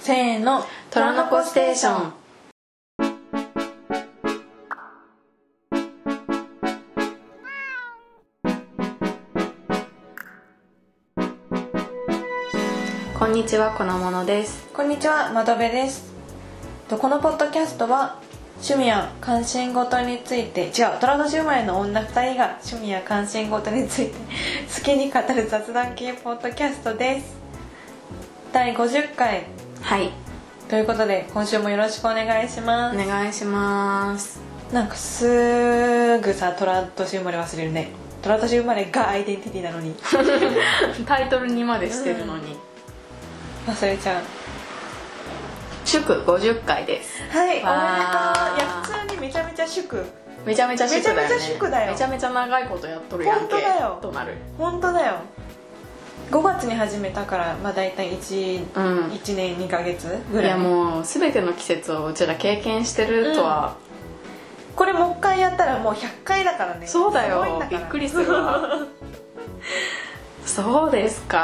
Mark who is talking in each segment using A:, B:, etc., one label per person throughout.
A: せーの虎の子ステーション
B: こんにちは、このものです。
A: こんにちは窓辺ですとこのポッドキャストは趣味や関心事について違う虎年生まれの女2人が趣味や関心事について 好きに語る雑談系ポッドキャストです第50回
B: はい、
A: ということで今週もよろしくお願いしま
B: お
A: す、
B: 願いします。
A: なんかすぐさ虎年生まれ忘れるね虎年生まれがアイデンティティなのに
B: タイトルにまでしてるのに。
A: 忘れちゃう
B: 祝50回です。
A: はい
B: わー
A: おめでとういや普通にめちゃめちゃ祝
B: めちゃめちゃ祝だよ、ね。
A: めちゃめちゃ祝だよ
B: めちゃめちゃ長いことやっとるやんけ。
A: 本当だよ
B: となる。
A: 本当だよ5月に始めたからまあ大体 1,
B: うん。
A: 1年2ヶ月ぐ
B: い
A: らい
B: やもう全ての季節をうちら経験してるとは、
A: これもう一回やったらもう100回だからね
B: そうだ
A: すごいん
B: よ
A: だか
B: び
A: ら
B: っくりするわ そうですか、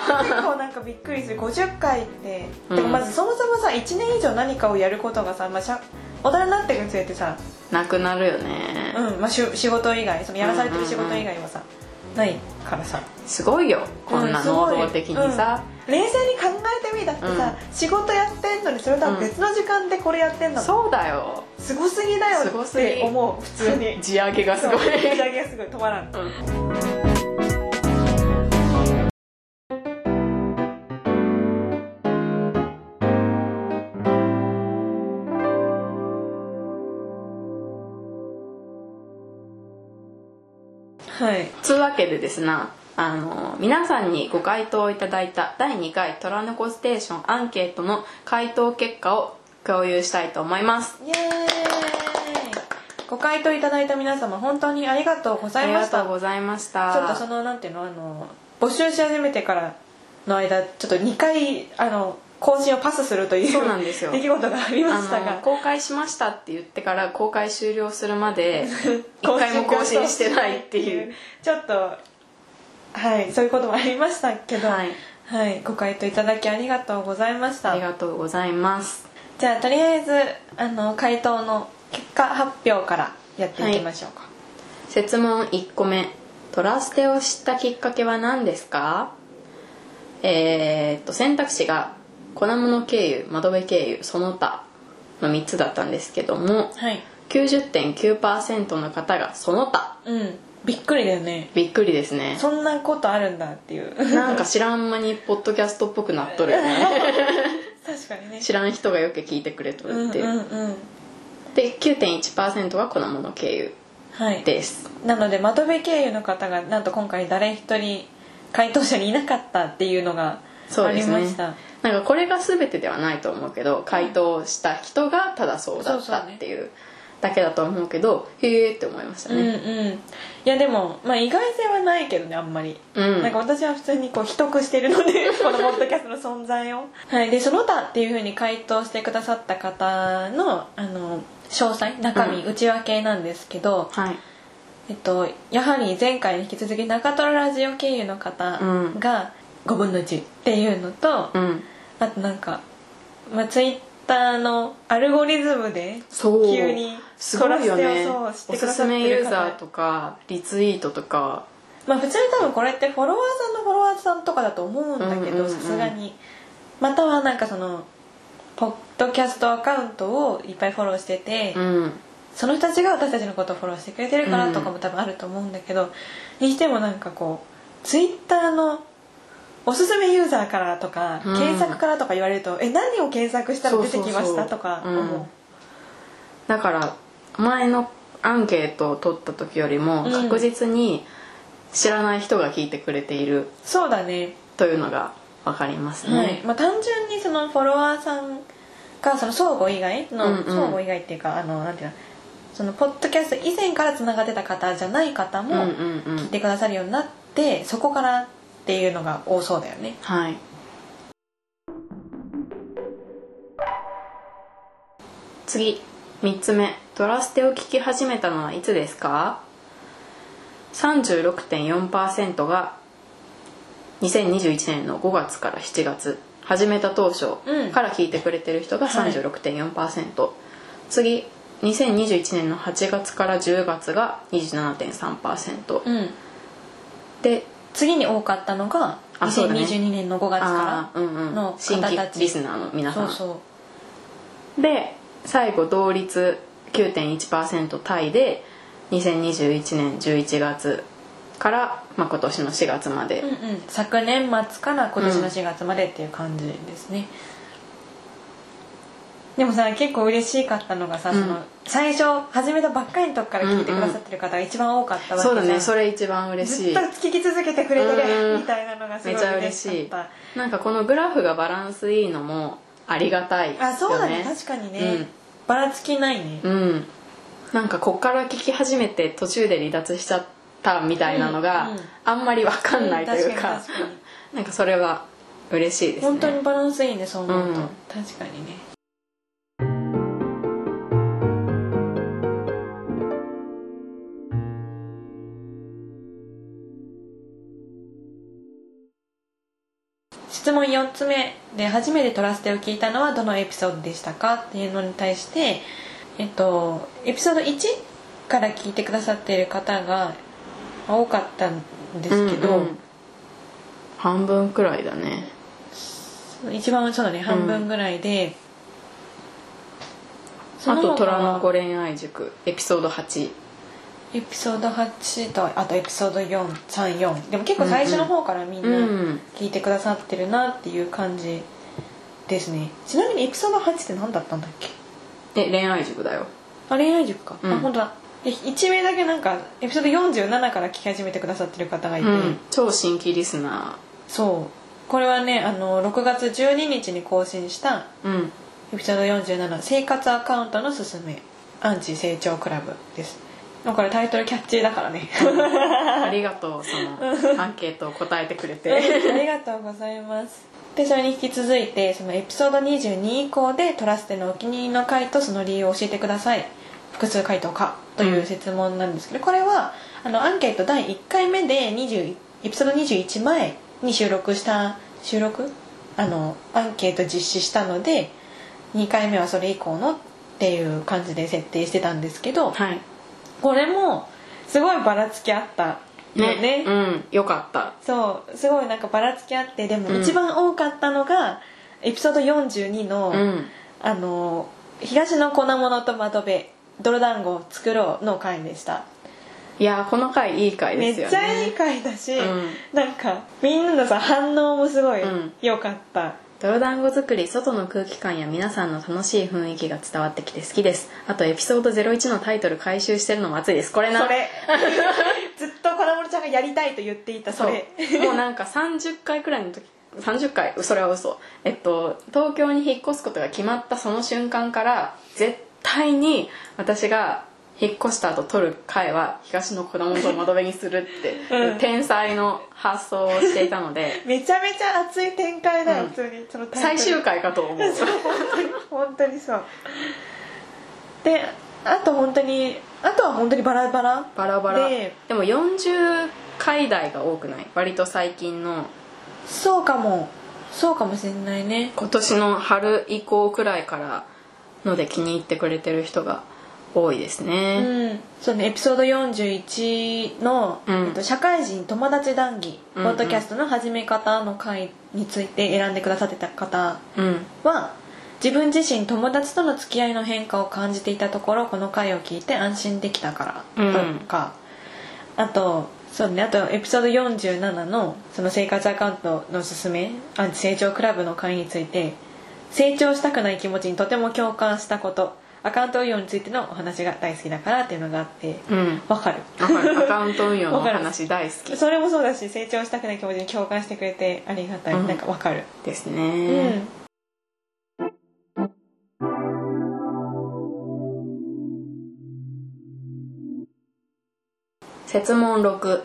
A: はい結構なんかびっくりする50回って、
B: うん
A: でもまずそもそもさ1年以上何かをやることがさ、まあ、しゃ大人になっていくにつれてさ、
B: なくなるよね、
A: うんまあ、しゅ仕事以外そのやらされてる仕事以外はさ、ないからさ
B: すごいよこんな能動的にさ、
A: 冷静に考えてみだってさ、仕事やってんのにそれとは別の時間でこれやってんの、
B: そうだよ
A: すごすぎだよ
B: すご
A: っ
B: すぎ
A: て思う普通に
B: 地上げがすごい
A: そう打ち上げ がすごい止まらんはい
B: つうわけでですなあの皆さんにご回答いただいた第2回「虎の子ステーション」アンケートの回答結果を共有したいと思います
A: イエーイご回答いただいた皆様本当にありがとうご
B: あ
A: ざい
B: り
A: ま
B: が
A: した
B: とうございました
A: ちょっとそのなんていうのあの募集し始めてからの間ちょっと2回あの更新をパスするという
B: そうなんです よ
A: 出来事がありました
B: あの
A: が
B: 公開しましたって言ってから公開終了するまで 一回も更新してないっていう
A: ちょっとはいそういうこともありましたけど
B: はい、
A: はいご回答いただきありがとうございまし
B: あ
A: た
B: りがとうございます
A: じゃあとりあえずあの回答の結果発表からやっていきましょうか、
B: 設問1個目トラステを知ったきっかけは何ですかえーっと選択肢が粉物経由窓辺経由その他の3つだったんですけども
A: はい
B: 90.9%の方がその他
A: うんびっくりだよね
B: びっくりですね
A: そんなことあるんだっていう
B: なんか知らん間にポッドキャストっぽくなっとるよ ね
A: 確かにね
B: 知らん人がよく聞いてくれと
A: うん
B: る
A: う
B: っ
A: ん
B: ていう、
A: うん
B: で9.1%が粉物経由
A: はい
B: です
A: なのでまとめ経由の方がなんと今回誰一人回答者にいなかったっていうのがあ
B: そうで
A: り
B: すね
A: ました、
B: なんかこれが全てではないと思うけど回答した人がただそうだったっていうだけだと思うけどへえって思いました
A: うん
B: ね
A: うんいやでも、まあ、意外性はないけどねあんまり、
B: うん、
A: なんか私は普通にこう秘匿してるの でこのポッドキャストの存在をはいでその他っていうふうに回答してくださった方のあの詳細中身、
B: う
A: 内訳なんですけど、
B: はい
A: えっと、やはり前回に引き続き中トロラジオ経由の方
B: うん
A: が5分の1っていうのと、
B: うん
A: あとなんか、まあ、ツイッターのアルゴリズムで
B: そう
A: 急に
B: すごいよね
A: ト
B: お
A: ラステをそう知ってく
B: す
A: ださっ
B: す
A: てる方
B: めユーザーとかリツイートとか
A: まあ普通に多分これってフォロワーさんのフォロワーさんとかだと思うんだけ
B: うんうんう
A: ど
B: ん
A: さすがにまたはなんかそのポッドキャストアカウントをいっぱいフォローしてて、
B: うん
A: その人たちが私たちのことをフォローしてくれてるからとかも多分あると思うんだけど、にしてもなんかこうツイッターのおすすめユーザーからとか、
B: うん
A: 検索からとか言われると「え何を検索したら出てきま
B: そ
A: し
B: うそうそ
A: た?」
B: う
A: とか
B: う
A: 思うん
B: だから前のアンケートを取った時よりも
A: うん
B: 確実に知らない人が聞いてくれている
A: そうだね、
B: というのが分かりますね、
A: はいまあ、単純にそのフォロワーさんがその相互以外の、
B: うんうん
A: 相互以外っていうかあのなんていうのそのポッドキャスト以前からつながってた方じゃない方
B: うんう
A: も
B: んう
A: 聞い
B: ん
A: てくださるようになって、そこからっていうのが多そうだよね。
B: はい次3つ目「ドラステを聞き始めたのはいつですか?」36.4%が2021年の5月から7月始めた当初
A: うん
B: から聞いてくれてる人が
A: はい
B: 36.4%、次2021年の8月から10月が27.3%、
A: うん
B: で
A: 次に多かったのが
B: あそうだね
A: 2022年の5月
B: あ
A: か
B: ー、うんうん、
A: の方たち
B: 新規リスナーの皆
A: ら
B: さ
A: そ
B: ん
A: うそ
B: で最後同率9.1%タイで2021年11月から、まあ、今年の4月まで、
A: う、うんうん、昨年末から今年の4月までっていう感じですね、でもさ結構嬉しかったのがさ、
B: うん
A: その最初始めたばっかりのとこから聞いてくださってる方が一番多かったわけじゃ
B: そ
A: ん
B: うだねそれ一番嬉し
A: ずっ
B: い
A: と聞き続けてくれて
B: うんう
A: る
B: ん
A: みたいなのがす
B: め
A: ご
B: ち
A: い
B: ゃ嬉
A: 嬉
B: し
A: し
B: い
A: かっ
B: なんかこのグラフがバランスいいのもありがたいよ、ね、
A: たあそうだね確かにね、
B: うん
A: ばらつきないね、
B: うんなんかこっから聞き始めて途中で離脱しちゃったみたいなのが、
A: うんうん
B: あんまりわかんないというか,、
A: うん確かに確かに
B: なんかそれは嬉しいですね
A: 本当にバランスいいねそう思うと、
B: うん
A: 確かにね質問4つ目で初めてトラステを聞いたのはどのエピソードでしたかっていうのに対してえっとエピソード1から聞いてくださっている方が多かったんですけど、
B: うんうん半分くらいだね
A: 一番そうだね半分ぐらいで、そ
B: あ
A: の他
B: と「
A: は
B: 虎の子恋愛塾」エピソード8
A: エピソード8とあとエピソード434でも結構最初の方からみんな聞いてくださってるなっていう感じですねちなみにエピソード8って何だったんだっけ
B: え恋愛塾だよ
A: あ恋愛塾か、
B: うん
A: あ本当だで1名だけなんかエピソード47から聞き始めてくださってる方がいて、
B: うん超新規リスナ
A: そうこれはねあの6月12日に更新した
B: ーうん
A: エピソード47生活アカウントのすすめアンチ成長クラブですだからタイトルキャッチーだからね
B: ありがとうそのアンケートを答えてくれ
A: あ
B: て
A: りがとうございますでそれに引き続いてそのエピソード22以降でトラステのお気に入りの回とその理由を教えてください複数回答かという質問なんですけど、これはあのアンケート第1回目で20エピソード21前に収録した収録あのアンケート実施したので2回目はそれ以降のっていう感じで設定してたんですけど
B: はい
A: これもすごいばらつきあったよね
B: うんよかった
A: そうすごいなんかばらつきあってでも
B: うん
A: 一番多かったのが、エピソード42の、
B: うん
A: あの東の粉物とまとべ泥団子を作ろうの回でした、
B: いやーこの回いい回
A: め
B: で
A: っ
B: す
A: ち
B: よね
A: ゃいい回だし、
B: うん
A: なんかみんなのさ反応もすごい
B: うん
A: 良かった、
B: 泥団子作り外の空気感や皆さんの楽しい雰囲気が伝わってきて好きですあとエピソード01のタイトル回収してるのも熱いですこれな
A: そ れずっと粉物ちゃんがやりたいと言っていたそ
B: そう
A: れ
B: もうなんか30回くらいの時30回それは嘘えっと東京に引っ越すことが決まったその瞬間から絶対に私が引っ越した後撮る回は東の子供と窓辺にするって、
A: うん
B: 天才の発想をしていたので
A: めちゃめちゃ熱い展開だよ、
B: うん
A: 普通にそのタイトル
B: 最終回かと思う
A: 本当にそうであと本当にあとは本当にバラバラ
B: バラバラ
A: で
B: でも40回台が多くない割と最近の
A: そうかもそうかもしれないね
B: 今年の春以降くらいからので気に入ってくれてる人が多いですね、
A: うんそうねエピソード41の、
B: うん
A: えっと「社会人友達談義」ポ
B: うんうん
A: ッドキャストの始め方の回について選んでくださってた方
B: うん、
A: は自分自身友達との付き合いの変化を感じていたところこの回を聞いて安心できたから
B: うん
A: とか、あとそうねあとエピソード47のその生活アカウントのすすめアンチ成長クラブの会について成長したくない気持ちにとても共感したことアカウント運用についてのお話が大好きだからっていうのがあって
B: うん、
A: わかる
B: わかるアカウント運用のお話大好 き
A: それもそうだし成長したくない気持ちに共感してくれてありがたい、
B: うん
A: なんかわかる
B: です
A: う
B: ね、
A: ん
B: 設問6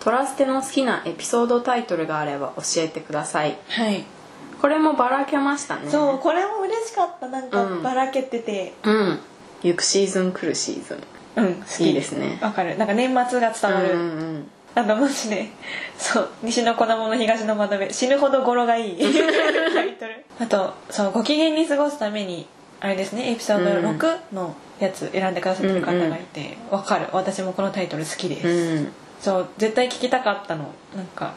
B: トラステの好きなエピソードタイトルがあれば教えてください
A: はい
B: これもばらけましたね
A: そうこれも嬉しかったなんか
B: うん
A: ばらけてて
B: うん行くシーズン来るシーズン
A: うん好
B: いいですね
A: わかるなんか年末が伝わ
B: うん
A: る
B: うん
A: あのマジでそう西の粉物東の窓辺死ぬほど語呂が いいタイトルあとそうご機嫌に過ごすためにあれですねエピソード
B: うん
A: 6のやつ選んでくださってる方がいてわ、かる私もこのタイトル好きです、
B: うん
A: そう絶対聞きたかったのなんか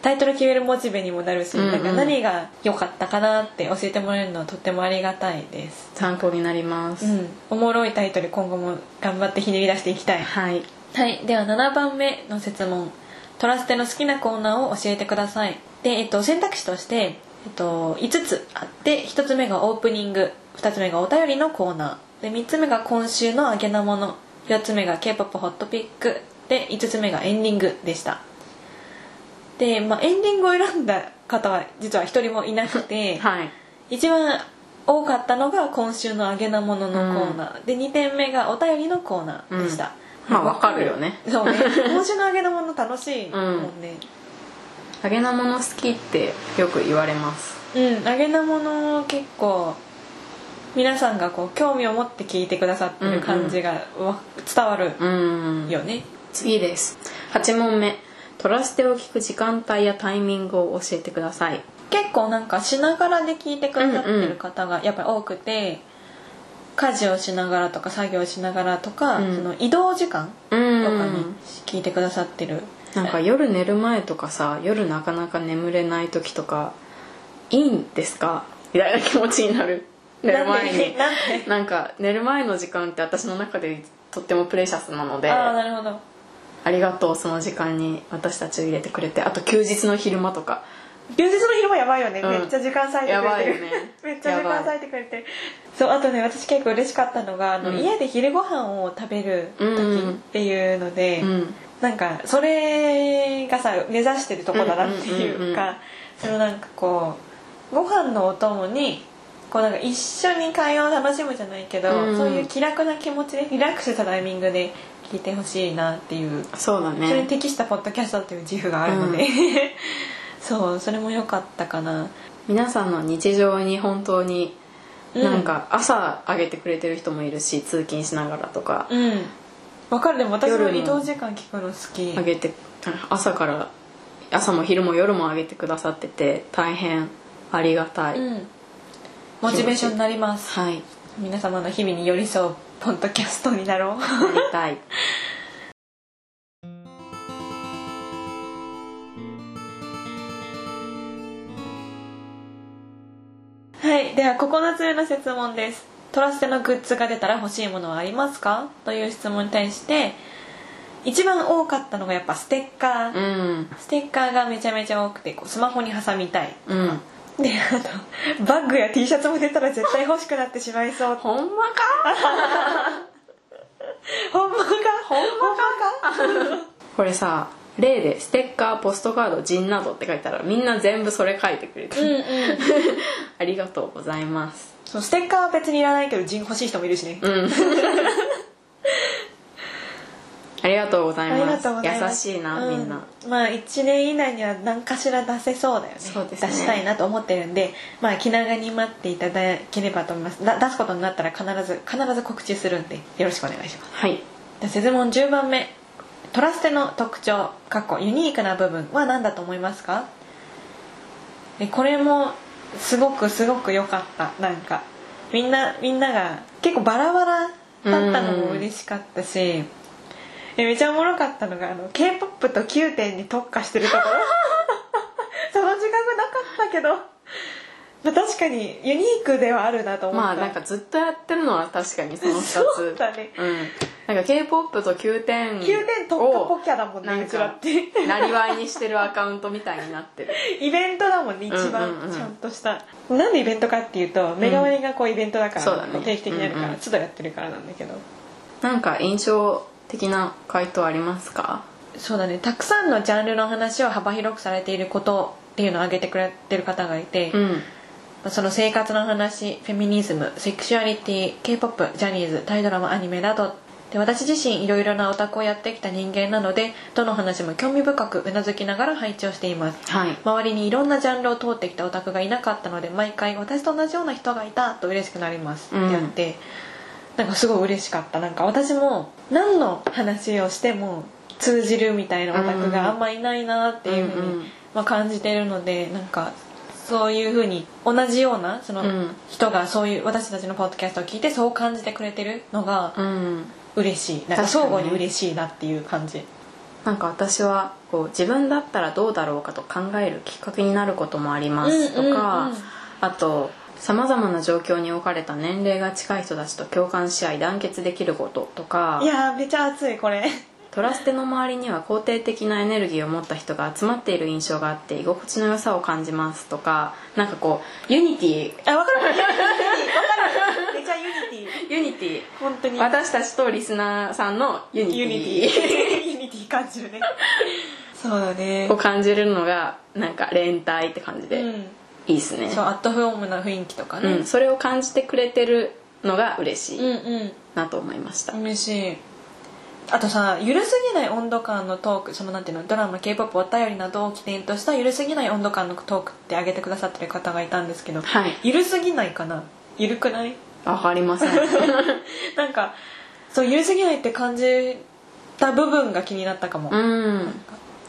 A: タイトル決めるモチベにもなるし、
B: うんうん
A: なんか何が良かったかなって教えてもらえるのはとってもありがたいです
B: 参考になりま
A: う
B: す、
A: んおもろいタイトル今後も頑張ってひねり出していきたい
B: はい
A: はい、では7番目の質問トラステの好きなコーナーを教えてくださいで、えっと、選択肢として、えっと、5つあって1つ目がオープニング2つ目がお便りのコーナーで3つ目が今週のあげなもの4つ目が k p o p ホットピックで5つ目がエンディングでしたで、まあ、エンディングを選んだ方は実は1人もいなく て、
B: はい
A: 一番多かったのが今週の「あげなもの」のコーナー、で2点目がお便りのコーナーでした、
B: うんまあわかるよね
A: そう ね今週の「あげなもの」楽しいもんね
B: 揚げなもの好きってよく言われます
A: うん、あげなもの結構皆さんがこう興味を持って聞いてくださってる感じがわ伝わる
B: うん
A: よね、
B: 次です8問目トラステを聞く時間帯やタイミングを教えてください
A: 結構なんかしながらで聞いてくださってる方がやっぱり多くて、家事をしながらとか作業しながらとか、
B: うん
A: その移動時間
B: う
A: とかに
B: ん
A: 聞いてくださってる
B: なんか夜寝る前とかさ夜なかなか眠れない時とかいいんですかみたいな気持ちになる寝る前に
A: なんで
B: なんか寝る前の時間って私の中でとってもプレシャスなので
A: ああ
B: あ
A: なるほど
B: りがとうその時間に私たちを入れてくれてあと休日の昼間とか
A: 休日の昼もやばいよね、
B: うん
A: めっちゃ時間割いてくれてる
B: やばいよね
A: めっちゃ時間割いてくれてるそうあとね私結構嬉しかったのがあの、
B: うん
A: 家で昼ご飯を食べる時っていうので、
B: うん
A: なんかそれがさ目指してるとこだなっていうか、
B: うんうんうんう
A: そのなんかこうご飯のお供にこうなんか一緒に会話を楽しむじゃないけど、
B: うんうん
A: そういう気楽な気持ちでリラックスしたタイミングで聞いてほしいなっていう
B: そうだね
A: それに適したポッドキャストっていう自負があるので、
B: う
A: そうそれも良かったかな
B: 皆さんの日常に本当になんか朝あげてくれてる人もいるし通勤しながらとか
A: うんわかるでも私も
B: 夜の
A: 移動時間聞くの好き
B: あげて朝から朝も昼も夜もあげてくださってて大変ありがたい、
A: うんモチベーションになります
B: はい
A: 皆様の日々に寄り添うポッドキャストになろう
B: ありたい
A: はいでは9つ目の質問ですトラステのグッズが出たら欲しいものはありますかという質問に対して一番多かったのがやっぱステッカー、
B: うん
A: ステッカーがめちゃめちゃ多くてこうスマホに挟みたい
B: うん
A: であとバッグや T シャツも出たら絶対欲しくなってしまいそう
B: ほんまか
A: ほんまかほんまか
B: これさ例でステッカーポストカード陣などって書いたらみんな全部それ書いてくれて、
A: うんう
B: ありがとうございます
A: そうステッカーは別にいらないけど人欲しい人もいるしね
B: うん ありがとうございます優しいな、
A: う
B: みんな
A: まあ1年以内には何かしら出せそうだよね
B: そうですね
A: 出したいなと思ってるんでまあ気長に待っていただければと思いますだ出すことになったら必ず必ず告知するんでよろしくお願いします
B: はい
A: じゃあ説問10番目トラステの特徴かっこユニークな部分は何だと思いますかえこれもすごくすごく良かったなんかみんなみんなが結構バラバラだったのも嬉しかったしえめちゃおもろかったのがあの k p o p と Q 点に特化してるとこ ろその自覚なかったけど、まあ、確かにユニークではあるなと思った
B: まあなんかずっとやってるのは確かにその2つ
A: そうだね
B: うん、なんか k p o p と9点を
A: 9点特化ポキャだもん
B: な
A: ね
B: んか
A: うちらって
B: なりわいにしてるアカウントみたいになってる
A: イベントだもんね一
B: うんうんう
A: 番
B: ん
A: ちゃんとした、なんでイベントかっていうと目代わりがこうイベントだから、
B: そうだね
A: こう定期的になるから、
B: うんうん
A: 都度やってるからなんだけど
B: なんか印象的な回答ありますか
A: そうだねたくさんのジャンルの話を幅広くされていることっていうのを挙げてくれてる方がいて、
B: うん
A: その生活の話フェミニズムセクシュアリティ k p o p ジャニーズタイドラマアニメなどで私自身いろいろなオタクをやってきた人間なのでどの話も興味深くうなずきながら拝聴しています
B: はい
A: 周りにいろんなジャンルを通ってきたオタクがいなかったので毎回私と同じような人がいたと嬉しくなります
B: うん
A: ってやって、なんかすごい嬉しかったなんか私も何の話をしても通じるみたいなオタク
B: うんうん
A: があんまいないなっていうふうに、
B: うんうん
A: まあ、感じてるのでなんかそういうふうに同じようなその
B: うん
A: 人がそういう私たちのポッドキャストを聞いてそう感じてくれてるのが
B: うん
A: 嬉しいなんか
B: 確かに
A: 相互に嬉しいなっていう感じ。
B: なんか私はこう自分だったらどうだろうかと考えるきっかけになることもありますとか、
A: うんうんうん
B: あとさまざまな状況に置かれた年齢が近い人たちと共感し合い団結できることとか
A: いやーめちゃ熱いこれ。
B: トラステの周りには肯定的なエネルギーを持った人が集まっている印象があって居心地の良さを感じますとかなんかこうユニティ
A: あわかる。わかる。めちゃユニティ。
B: ユニティ
A: 本当に。
B: 私たちとリスナーさんのユニティ
A: ユニティ。ユニティ感じるね。そうだね
B: を。感じるのがなんか連帯って感じ
A: う
B: で、い
A: ん。
B: いですね
A: そうアットホームな雰囲気とかね。
B: うん、それを感じてくれてるのが嬉し
A: う
B: い
A: んうん
B: なと思いました、
A: 嬉しいあとさゆるすぎない温度感のトークそのなんていうのドラマ k p o p お便りなどを起点としたゆるすぎない温度感のトークってあげてくださってる方がいたんですけど、
B: はい
A: ゆるすぎないかなゆるくない
B: わかりませんう
A: なんかそうゆるすぎないって感じた部分が気になったかも、
B: ん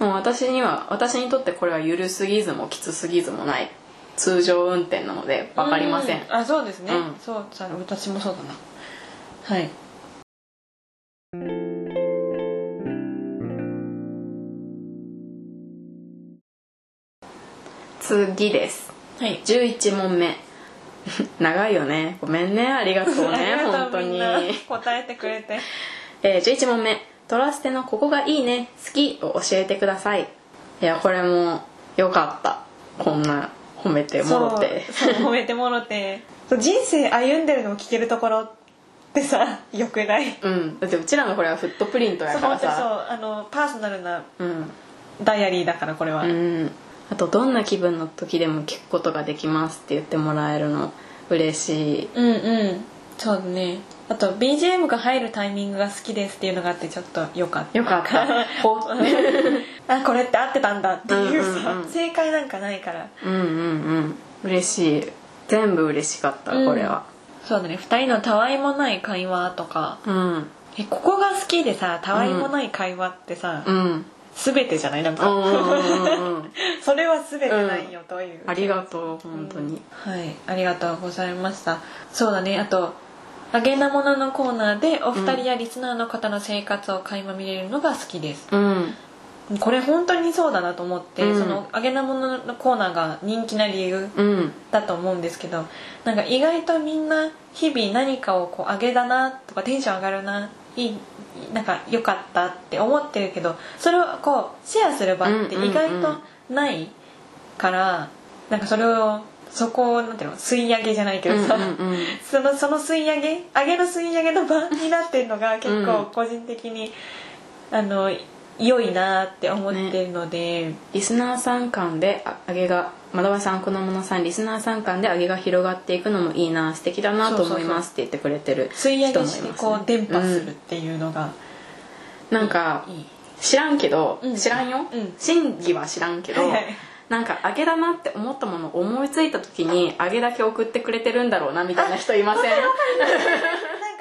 B: もう私には私にとってこれは緩すぎずもきつすぎずもない通常運転なのでわかりません
A: うあそうですね、
B: うん
A: そうさ私もそうだなはい
B: 次です
A: はい
B: 11問目 長いよねごめんねありがとう ね
A: ありが
B: 本
A: と
B: 当
A: うみん
B: に
A: な答えてくれて
B: えー11問目「トラステのここがいいね好き」を教えてくださいいやこれもよかったこんな褒めてもろて
A: そうそう褒めてもろてそう人生歩んでるのを聞けるところってさ よくない
B: うんだってうちらのこれはフットプリント
A: そ
B: や
A: う
B: か
A: 本
B: ら
A: 当にそう
B: さ
A: あのパーソナルな
B: うん、
A: ダイアリーだからこれは、
B: うん、あとどんな気分の時でも聞くことができますって言ってもらえるの嬉しい
A: うんうんそうだねあと BGM が入るタイミングが好きですっていうのがあってちょっとよか った
B: よかったほ
A: あこれって合ってたんだっていうさ、
B: うんうんうん
A: 正解なんかないから
B: うんうんうん嬉しい全部嬉しかったこれは
A: そうだね2人のたわいもない会話とか
B: うん
A: えここが好きでさたわいもない会話ってさ、
B: うんうん
A: 全てじゃないなん
B: う
A: か、
B: んうん うん
A: それは全てないよという、
B: ありがとう本当に、
A: はいありがとうございましたそうだねあと「あげなもの」のコーナーでお二人やリスナーの方の生活を垣間見れるのが好きです
B: うん
A: これ本当にそうだなと思って、
B: うん
A: その「あげなもの」のコーナーが人気な理由
B: うん
A: だと思うんですけどなんか意外とみんな日々何かをこう上げだなとかテンション上がるないいなんか良かったって思ってるけどそれをこうシェアする場って
B: うんうんうん
A: 意外とないから、なんかそれをそこをなんていうの吸い上げじゃないけどさ、
B: うんうんうん
A: そのその吸い上げ上げの吸い上げの場になってるのが結構個人的に、あの良いなって思ってるので。
B: リスナーさん間であ上げが窓場さん子供のさんリスナーさん間で上げが広がっていくのもいいな素敵だなと思いますって言ってくれてる
A: 吸い上げして
B: 人もい
A: こ
B: ますね
A: う伝播するっていうのが
B: うんなんか
A: いい、
B: 知らんけど、
A: うん
B: 知らんよ、
A: うん
B: 真偽は知らんけど、
A: はいはい
B: なんか上げだなって思ったものを思いついた時に上げだけ送ってくれてるんだろうなみたいな人いません
A: なんか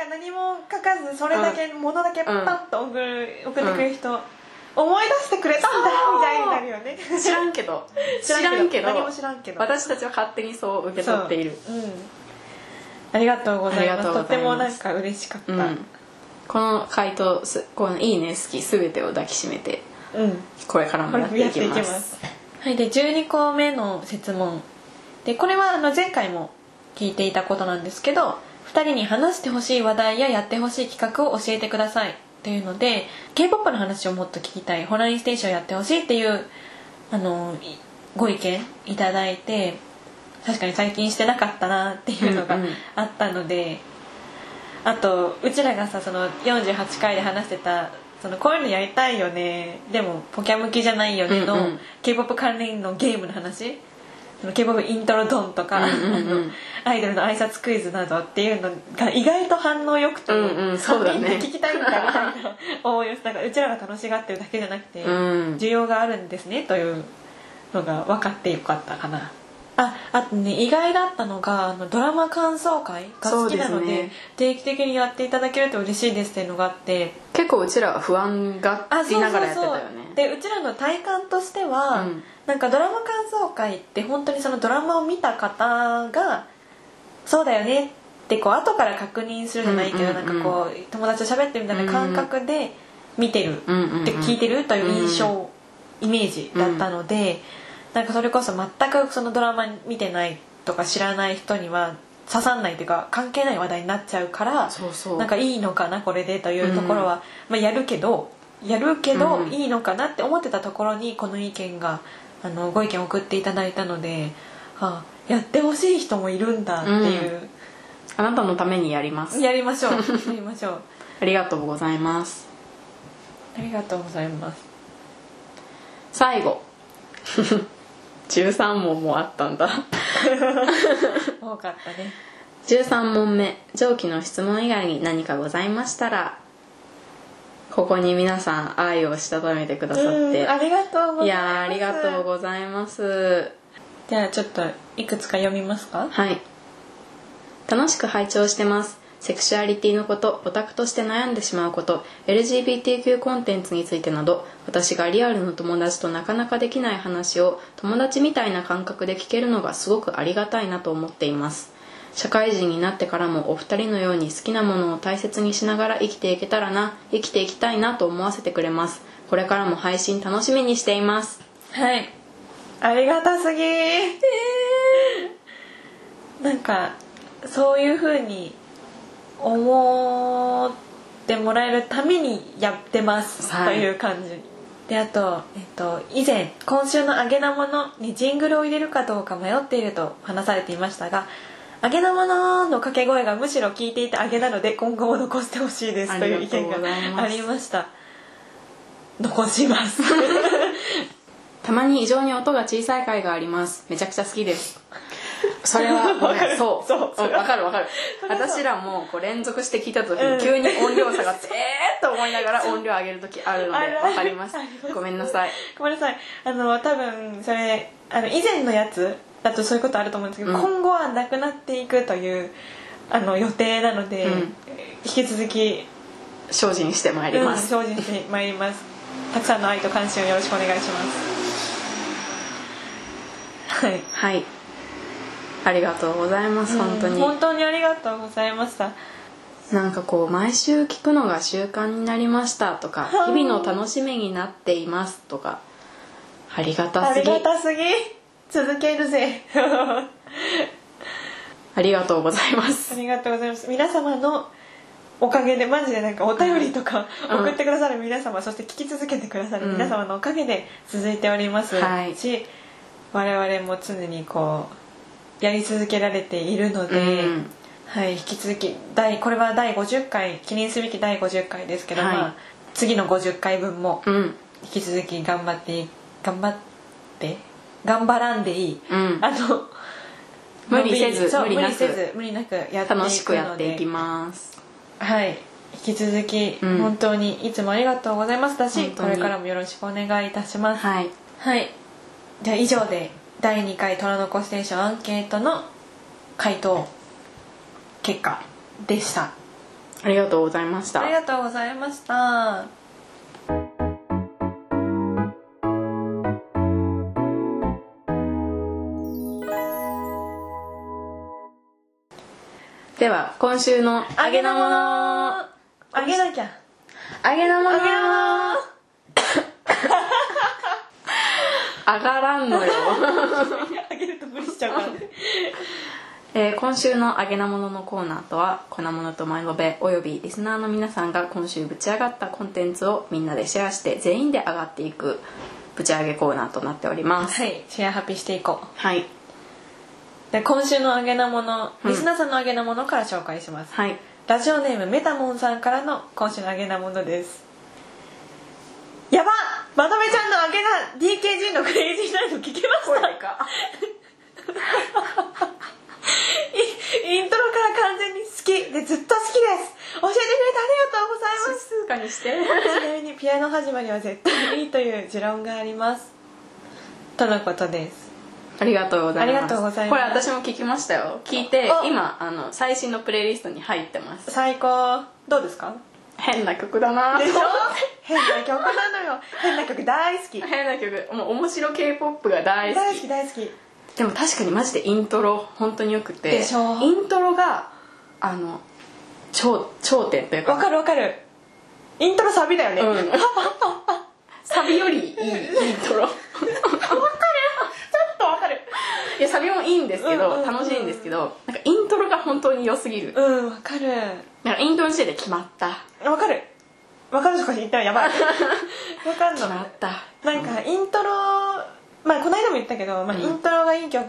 A: 何も書かずそれだけ、ものだけパッと送る、送ってくる人、思い出してくれたんだ
B: そう
A: みたいになるよね
B: 知らんけど
A: 知らんけど何も知らんけど
B: 私たちは勝手にそう受け取っている
A: そううんありがとうござい
B: あ
A: ます
B: り
A: と
B: がとうござ
A: て
B: います
A: もなんか嬉しかった、
B: う
A: うん
B: ん、この回答すこの「いいね好き」全てを抱きしめてこれからもやっていきます
A: はいで12項目の質問でこれはあの前回も聞いていたことなんですけど2人に話してほしい話題ややってほしい企画を教えてくださいというので k p o p の話をもっと聞きたいホラインステーションやってほしいっていうあのいご意見いただいて確かに最近してなかったなっていうのが
B: うんうん
A: あったので、あとうちらがさその48回で話してたそのこういうのやりたいよねでもポキャ向きじゃないよねの、
B: うんうん
A: k p o p 関連のゲームの話その k p o p イントロドンとか、
B: うんうんうん
A: あのアイドルの挨拶クイズなどっていうのが意外と反応よくて、
B: うんうんそうだね
A: 三人で聞きたいんだみたいな応用したからうちらが楽しがってるだけじゃなくて、
B: うん
A: 需要があるんですねというのが分かってよかったかなああとね意外だったのがあのドラマ感想会が好きなの
B: そう
A: で
B: ですね
A: 定期的にやっていただけると嬉しいですっていうのがあって
B: 結構うちらは不安が
A: あ
B: っ
A: そ
B: て
A: うそ
B: いな
A: う
B: がらやってた
A: そ
B: よ
A: う
B: ね
A: でうちらの体感としては、
B: うん
A: なんかドラマ感想会って本当にそのドラマを見た方が「そうだよね」ってこう後から確認するじゃないけど、
B: うんうんうん
A: なんかこう友達と喋ってるみたいな感覚で見てる、
B: うんうんうん
A: って聞いてるという印象、イメージだったので、なんかそれこそ全くそのドラマ見てないとか知らない人には刺さんないというか関係ない話題になっちゃうから
B: そうそう
A: なんかいいのかなこれでというところは、まあ、やるけどやるけど
B: うん
A: いいのかなって思ってたところにこの意見があのご意見を送っていただいたので、あ、やってほしい人もいるんだっていう、
B: あなたのためにやります
A: やりましょうやりましょう
B: ありがとうございます
A: ありがとうございます
B: 最後 13問もあったんだ
A: 多かったね
B: 13問目上記の質問以外に何かございましたらここに皆さん愛をしたためてくださって
A: うんありがとうございます
B: いやーありがとうございます
A: じゃあちょっといくつか読みますか
B: はい楽しく拝聴してますセクシュアリティのことオタクとして悩んでしまうこと LGBTQ コンテンツについてなど私がリアルの友達となかなかできない話を友達みたいな感覚で聞けるのがすごくありがたいなと思っています社会人になってからもお二人のように好きなものを大切にしながら生きていけたらな生きていきたいなと思わせてくれますこれからも配信楽しみにしています
A: はいありがたすぎなんかそういう風に思ってもらえるためにやってます、
B: はい
A: という感じであと、えっと、以前今週の「揚げなもの」にジングルを入れるかどうか迷っていると話されていましたが「揚げなもの」の掛け声がむしろ聞いていた揚げなので今後も残してほしいですという意見
B: ありがとうござい
A: が
B: ます
A: ありました残します
B: たまに異常に音が小さい回がありますめちゃくちゃ好きですそれはごめん
A: わかる
B: そう
A: そうそれは
B: わかるわかる私らもこう連続して聞いた時に急に音量下がって、えーっと思いながら音量上げる時あるの
A: あ
B: で
A: るある
B: わかりますごめんなさい
A: ごめんなさいあの多分それあの以前のやつだとそういうことあると思うんですけど、
B: うん
A: 今後はなくなっていくというあの予定なので、
B: うん
A: 引き続き、
B: 精進してまいり
A: うん、
B: ます、
A: 精進してまいりますたくさんの愛と関心をよろしくお願いしますはい
B: はいありがとうございます本当
A: うん
B: に、
A: 本当にありがとうございました
B: なんかこう毎週聞くのが習慣になりましたとか
A: はあ
B: 日々の楽しみになっていますとかありがた
A: あ
B: す
A: り
B: ぎ
A: がたすぎ続けるぜ
B: ありがとうございます
A: ありがとうございます皆様のおかげでマジでなんかお便りとか
B: うん
A: 送ってくださる皆様、そして聞き続けてくださる皆様のおかげで続いております
B: はい
A: し、我々も常にこうやり続けられているので、
B: うん
A: はい、引き続き第これは第50回記念すべき第50回ですけど、
B: はい
A: まあ、次の50回分も
B: うん
A: 引き続き頑張って頑張って頑張らんでいい、
B: うん
A: あの
B: 無理せず
A: のんびりそう
B: 無理な
A: 無
B: く
A: 理せず無理なくやっていくので
B: 楽しくやっていきます
A: はい引き続き、
B: うん
A: 本当にいつもありがとうございますだし
B: 本当
A: こ
B: に
A: れからもよろしくお願いいたします
B: はい
A: はいじゃあ以上で第2回「虎の子ステーション」アンケートの回答結果でした
B: ありがとうございました
A: ありがとうございました
B: では今週の「
A: あげ
B: 揚げ
A: な
B: な
A: も
B: も
A: の
B: の
A: あげなきゃ」
B: 揚げなもの
A: あげなもの
B: 上がらんの よ、
A: あげると無理しちゃうからね
B: えー今週の「揚げなもの」のコーナーとは粉ものと前延べおよびリスナーの皆さんが今週ぶち上がったコンテンツをみんなでシェアして全員で上がっていくぶち上げコーナーとなっております
A: はいシェアハピしていこう
B: はい
A: で今週のあげなもの
B: うん
A: リスナーさんのあげなものから紹介します
B: はい
A: ラジオネームメタモンさんからの今週のあげなものですやばまとめちゃんのあげな DKG のクレイジーナイト聞きましたイイントロから完全に好きでずっと好きです教えてくれてありがとうございます
B: 静かにして
A: ちなみにピアノ始まりは絶対いいという持論がありますとのことです
B: ありがとうござい
A: あり
B: ます
A: がとうございます
B: これ私も聞きましたよ聞いて
A: あ
B: 今あの最新のプレイリストに入ってます
A: 最高どうですか
B: 変な曲だな
A: でしょ変な曲なのよ変な曲大好き
B: 変な曲もう面白 k p o p が大好
A: 大
B: き
A: 好き大好き
B: でも確かにマジでイントロ本当によくて
A: でしょ
B: イントロがあの頂頂点というか
A: わかるわかるイントロサビだよね、
B: うんサビよりいいイントロ
A: ちょっとわかる
B: いやサビもいいんですけ
A: うんうん
B: ど
A: うん
B: 楽しいんですけどなんかイントロが本当に良すぎる
A: うんわかる
B: なんかイントロ時点で決まった
A: わかるわかるとか言ったらやばい わかん
B: 決ま
A: の
B: った
A: なんかイントロまあこの間も言ったけど、まあ、
B: うん
A: イントロがいい曲、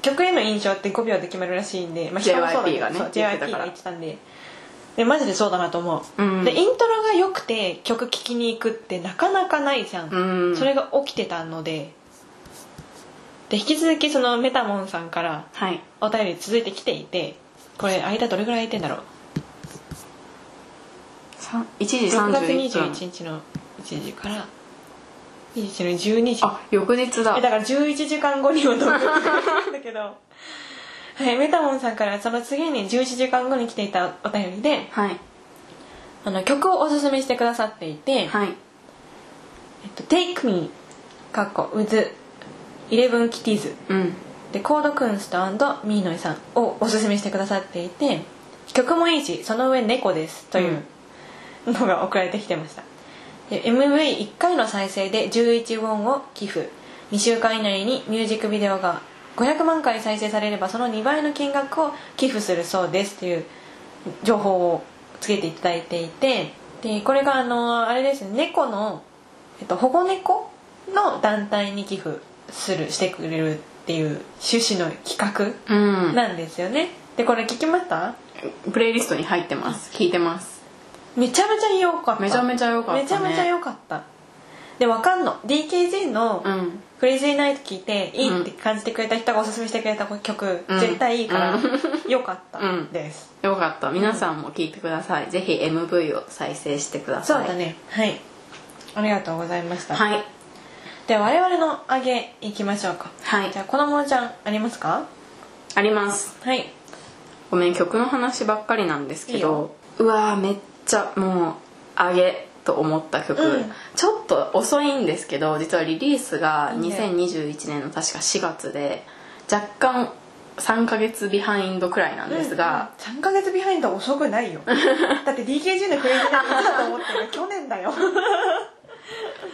A: 曲への印象って5秒で決まるらしいんで、まあ、人もそうだけ
B: JYP がね
A: どそう
B: 言
A: JYP
B: ってたから
A: が言ってたんででマジでそうだなと思う、
B: うん
A: でイントロが良くて曲聴きに行くってなかなかないじゃん、
B: うん
A: それが起きてたのでで引き続きそのメタモンさんから
B: はい
A: お便り続いてきていてこれ間どれぐらい空いてんだろう
B: さん1時
A: 6月
B: 31分
A: 21日の1時から21の12時
B: あ翌日だ
A: えだから11時間後には登録なんだけど はいメタモンさんからその次に11時間後に来ていたお便りで
B: はい
A: あの曲をおすすめしてくださっていて「
B: はい
A: えっと、Take Me」かっこ「with 11 Kitties」
B: うん
A: でコードクンストミーノイさんをおすすめしてくださっていて曲もいいしその上猫ですというのが送られてきてました、で MV1 回の再生で11ウォンを寄付2週間以内にミュージックビデオが500万回再生されればその2倍の金額を寄付するそうですという情報をつけていただいていてでこれがあのあれですね猫の、えっと、保護猫の団体に寄付するしてくれるっていう趣旨の企
B: う
A: 画
B: ん
A: なんですよね、でこれ聞きました
B: プレイリストに入ってます聞いてます
A: めちゃめちゃ良かった
B: めちゃめちゃ良かったね
A: めちゃめちゃ良かったでわかんの DKG の
B: うん
A: 「クレイジーナイト」聞いていいって
B: う
A: 感じてくれた人がおすすめしてくれた曲、
B: うん
A: 絶対いいから
B: うん
A: 良かった
B: うん
A: です、
B: よかった皆さんも聞いてください、ぜひ MV を再生してくだ
A: そう
B: さい
A: だねはいありがとうございました、
B: はい
A: では我々のあげいきましょうか
B: はい
A: じゃあ子供ちゃんありますか
B: あります
A: はい
B: ごめん曲の話ばっかりなんですけ
A: いい
B: ど
A: よ
B: うわーめっちゃもうあげと思った曲、
A: うん
B: ちょっと遅いんですけど実はリリースが
A: いいね
B: 2021年の確か4月で若干3ヶ月ビハインドくらいなんですが、、
A: うん3ヶ月ビハインドは遅くない よだって DKG のクレイジーナイトだと思ってる去年だよ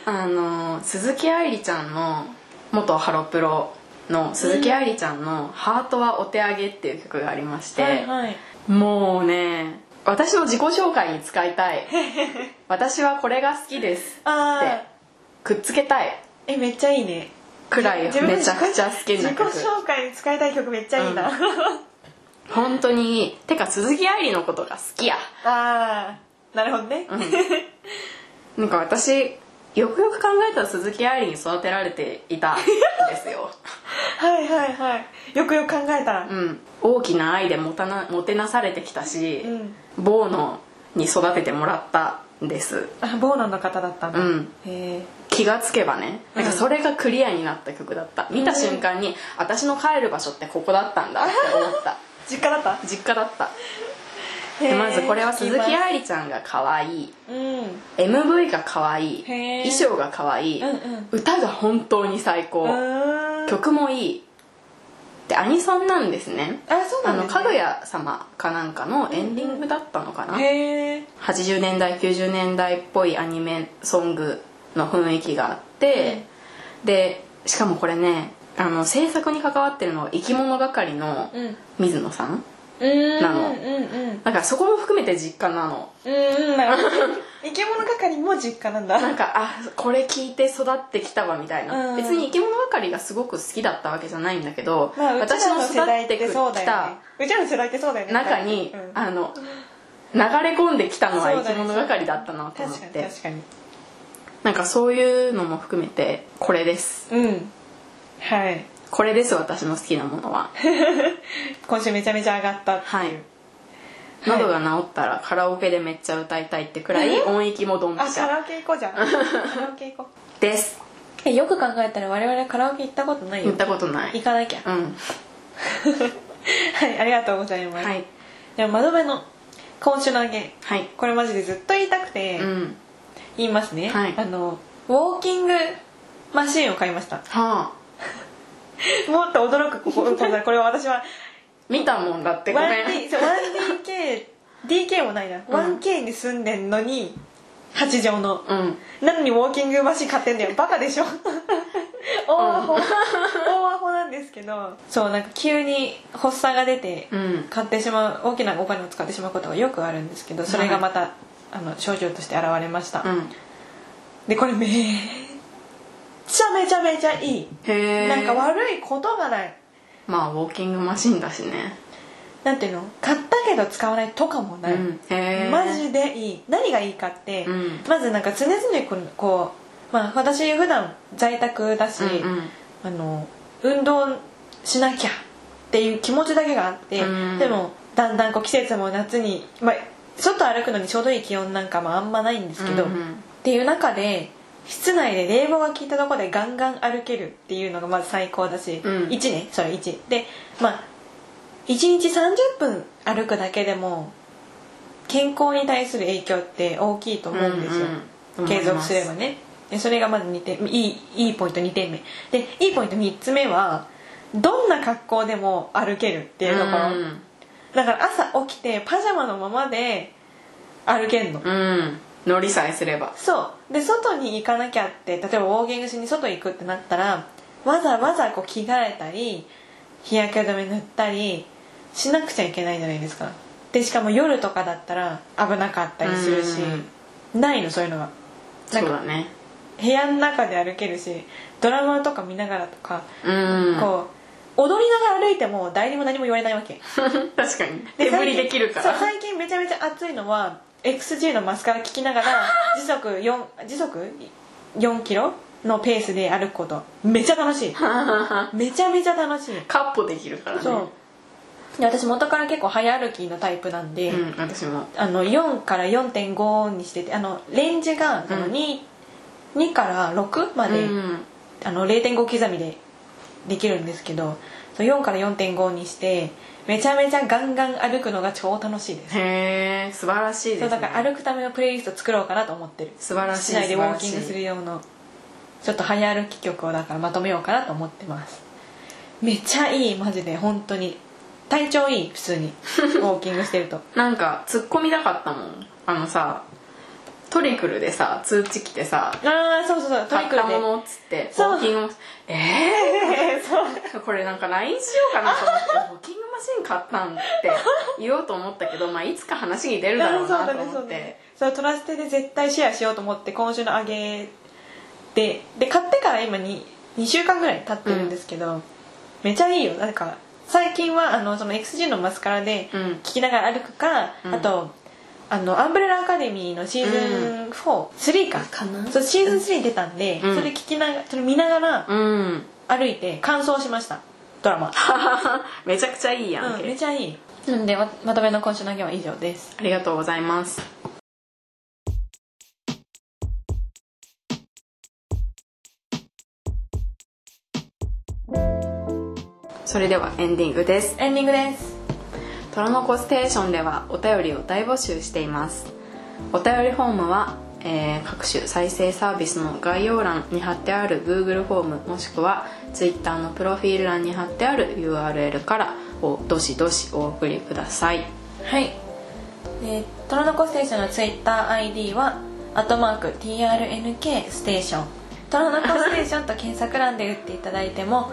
B: あのー鈴木愛理ちゃんの元ハロプロの鈴木愛理ちゃんの「ハートはお手上げ」っていう曲がありまして、
A: はい
B: もうね私の自己紹介に使い たい私はこれが好きです
A: あ
B: ってくっつけたい
A: ーえめっちゃいいね
B: くらいめ
A: 自分で
B: ちゃくちゃ好きな曲
A: 自己紹介に使いたい曲めっちゃいいな、
B: う本当にいいてか鈴木愛理のことが好きや
A: あーなるほどね、
B: うんなんか私よくよく考えたら鈴木愛理に育てられていたんです よ、
A: はいはいはいよくよく考えたら、
B: うん、大きな愛でもたなもてなされてきたし、
A: うん
B: ボーノに育ててもらったんです
A: あボーナの方だったんだ、
B: うん
A: へえ
B: 気がつけばねなんかそれがクリアになった曲だった、見た瞬間に私の帰る場所ってここだったんだって思 った
A: 実家だった
B: 実家だった
A: へ
B: で
A: ー
B: まずこれは鈴木
A: 聞きます
B: 愛理ちゃんが可愛い
A: うん
B: MV が可愛い
A: へー
B: 衣装が可愛い、
A: うんうん
B: 歌が本当に最
A: う
B: 高、
A: ーん
B: 曲もいいでアニソンなんですね
A: あそう
B: あ
A: なんだ、
B: の
A: ね、
B: かぐや様かなんかのエンディングだったのかな、
A: へえ
B: 80年代90年代っぽいアニメソングの雰囲気があって、でしかもこれねあの制作に関わってるのは生き物係の
A: うんう
B: 水野さん
A: ーん
B: なの
A: うんうん
B: だからそこも含めて実家なの
A: うんうんなるほど生き物係も実家なんだ
B: なんかあこれ聞いて育ってきたわみたいな、
A: うん
B: 別に生き物係がすごく好きだったわけじゃないんだけど、
A: まあ、うち
B: 私
A: ら
B: の
A: の
B: 育
A: 世代
B: っ
A: ってて
B: き
A: そうだよ
B: た
A: ねうちらの世代ってそうだよね
B: 中に、
A: うん
B: あの流れ込んできたのは生き物係だったなと思
A: 確
B: っ
A: かに
B: て
A: 確かに
B: なんかそういうのも含めてこれです
A: うんはい
B: これです私の好きなも のは
A: 今週めちゃめちゃ上がったっていう
B: はい喉が治ったらカラオケでめっちゃ歌いたいってくらい
A: え
B: 音域もドンピ
A: あ
B: シ
A: カ
B: ャ
A: ラオケ行こうじゃんカラオケ行こ
B: です
A: えよく考えたら我々カラオケ行ったことない
B: 行
A: よ
B: ったことない
A: 行か なきゃ
B: うん
A: はいありがとうございます、
B: はい
A: でも窓辺の今週の案件
B: はい
A: これマジでずっと言いたくて
B: うん
A: 言いますね、
B: はい
A: あのウォーキングマシーンを買いました
B: はあ
A: もっと驚く心ここれは私は
B: 見たもんだってごめん
A: 1D そう 1DKDK もないな、1K に住んでんのに8畳の
B: うん
A: なのにウォーキングマシン買ってんだよバカでしょ大アホ、大アホなんですけどそうなんか急に発作が出て
B: うん
A: 買ってしまう大きなお金を使ってしまうことがよくあるんですけどそれがまた、あの症状として現れました、
B: うん
A: でこれめっちゃめちゃめちゃいい、
B: へえ
A: なんか悪いことがない
B: まあウォーキングマシンだしね
A: なんていうの買ったけど使わないとかもない、
B: うんへえ
A: マジでいい何がいいかって、
B: うん
A: まずなんか常々こうこう、まあ、私普段在宅だし、
B: うんうん
A: あの運動しなきゃっていう気持ちだけがあって、
B: うん
A: でもだんだんこう季節も夏に、まあ、外歩くのにちょうどいい気温なんかもあんまないんですけど、
B: うんう
A: っ
B: ん
A: ていう中で室内で冷房が効いたところでガンガン歩けるっていうのがまず最高だし、
B: うん
A: 1ねそれ1でまあ1日30分歩くだけでも健康に対する影響って大きいと思うんですよ、
B: うんうん
A: 継続すればねでそれがまず2点いいいいポイント2点目でいいポイント3つ目はどんな格好でも歩けるっていうところ、
B: うん
A: だから朝起きてパジャマのままで歩けるの、
B: うん乗りさえすれば
A: そうで外に行かなきゃって例えばウォーキングしに外行くってなったらわざわざこう着替えたり日焼け止め塗ったりしなくちゃいけないじゃないですかでしかも夜とかだったら危なかったりするしないのそういうのが
B: そうだね
A: 部屋の中で歩けるしドラマとか見ながらとか、
B: うん
A: こう踊りながら歩いても誰にも何も言われないわけ
B: 確かに手振りできるか
A: そう
B: ら
A: 最近めちゃめちゃ暑いのは XG のマスカラ聞きながら時速4時速4キロのペースで歩くことめちゃ楽 しいめちゃめちゃ楽しい
B: カッポできるからね
A: そうで私元から結構早歩きのタイプなんで、
B: うん私も
A: あの4から4.5にしててあのレンジがあの
B: うん
A: 2,、2から6ま
B: う
A: で、
B: ん
A: あの0.5刻みでできるんですけどそう4から4.5にしてめちゃめちゃガンガン歩くのが超楽しいです
B: へえ素晴らしいで
A: そ
B: すね
A: うだから歩くためのプレイリスト作ろうかなと思ってる
B: 素晴らしい
A: 市内でウォーキング
B: 素晴
A: す
B: らし
A: る
B: い
A: 用のちょっと早歩き曲をだからまとめようかなと思ってますめっちゃいいマジで本当に体調いい普 通にウォーキングしてると
B: なんかツッコみたかったもんあのさトリクルでさ通知来てさ
A: ああそうそうそうトリ
B: 買っ
A: クル
B: た
A: で
B: も のっつってウ
A: そう
B: ォーキングマシンええこれなんか LINE しようかなと思ってウォーキングマシン買ったんって言おうと思ったけどまあいつか話に出るだろうな
A: そ
B: と思
A: うだねそう
B: っ
A: だね
B: て
A: そうトラステで絶対シェアしようと思って今週の上げでで買ってから今に2週間ぐらい経ってるんですけど、めちゃいいよなんか最近はあのその XG のマスカラで
B: うん
A: 聞きながら歩くか、
B: うん
A: あとあのアンブレラアカデミーのシーズン43、3か
B: な
A: そうシーズン3出たんで、
B: うん
A: それ聞きながそれ見ながら
B: うん
A: 歩いて完走しましたドラマ、
B: めちゃくちゃいいやん、
A: うん、めちゃいいなのでままとめの今週の案件は以上です
B: ありがとうございますそれではエンディングです
A: エンディングです
B: 虎の子ステーションではお便りを大募集していますお便りフォームは、えー各種再生サービスの概要欄に貼ってある Google フォームもしくは Twitter のプロフィール欄に貼ってある URL からおどしどしお送りください
A: はい。えー、トロノコステーションのツイッター ID は、アットマーク TRNK ステーション。トロノコステーションと検索欄で打っていただいても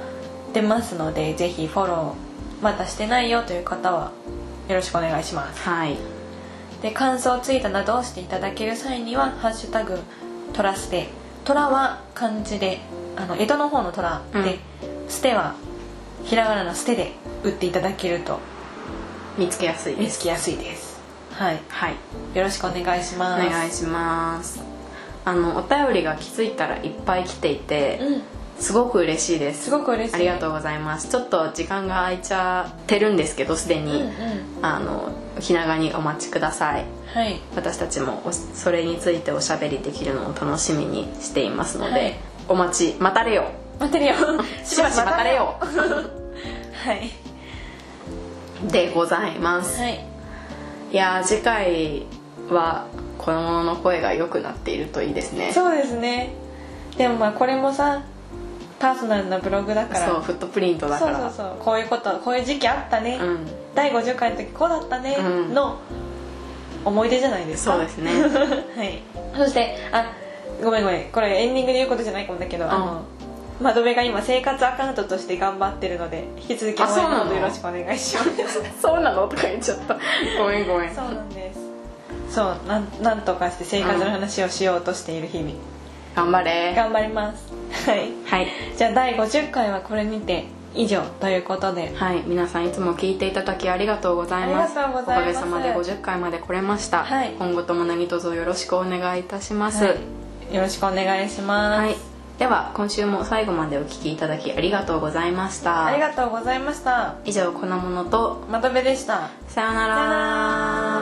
A: 出ますので、ぜひフォロー、またしてないよという方は、よろしくお願いします。
B: はい
A: で、感想ツイートなどをしていただける際には、ハッシュタグ、トラステ。トラは漢字で、あの、江戸の方のトラで、ステは、ひらがなのステで打っていただけると
B: 見つけやすい
A: 見
B: で
A: つ
B: す
A: けやすいです。はい。
B: はい
A: よろしくお願いし
B: お
A: ます。
B: 願いしますあのお便りが気づいたらいっぱい来ていて、
A: うん、
B: すごく嬉しいです
A: すごく嬉しい。
B: ありがとうございますちょっと時間が空いちゃってるんですけどすで
A: うん
B: に、
A: うん、
B: あの気長にお待ちください
A: はい。
B: 私たちもおそれについておしゃべりできるのを楽しみにしていますので、
A: はい
B: お待ち待たれよ
A: 待てる よ
B: しばし待たれよ
A: はい
B: でございます
A: はい
B: いやー次回は子供の声が良くなっているといいですね
A: そうですねでもまあこれもさパーソナルなブログだから
B: そうフットプリントだ
A: そ
B: か
A: う
B: ら
A: そうそうこういうことこういう時期あったね、
B: うん
A: 第50回の時こうだったね、
B: うん
A: の思い出じゃないですか
B: そうですね
A: はいそしてあごめんごめんこれエンディングで言うことじゃないかもだけど、あの窓辺が今生活アカウントとして頑張ってるので引き続き応
B: あそう
A: 援
B: なの
A: のほどよろしくお願いします
B: そうなのとか言っちゃったごめんごめん
A: そうなんですそうなんなんとかして生活の話をしようとしている日々、
B: 頑張れ
A: 頑張りますはい
B: はい
A: じゃあ第50回はこれにて以上ということで
B: はい皆さんいつも聞いていただきありがとうございます
A: ありがとうございます
B: おかげさまで50回まで来れました、
A: はい
B: 今後とも何卒よろしくお願いいたします、
A: はい、よろしくお願いします、
B: はい、では今週も最後までお聞きいただきありがとうございました
A: ありがとうございました
B: 以上このものと
A: まとめでした
B: さような
A: さような
B: ら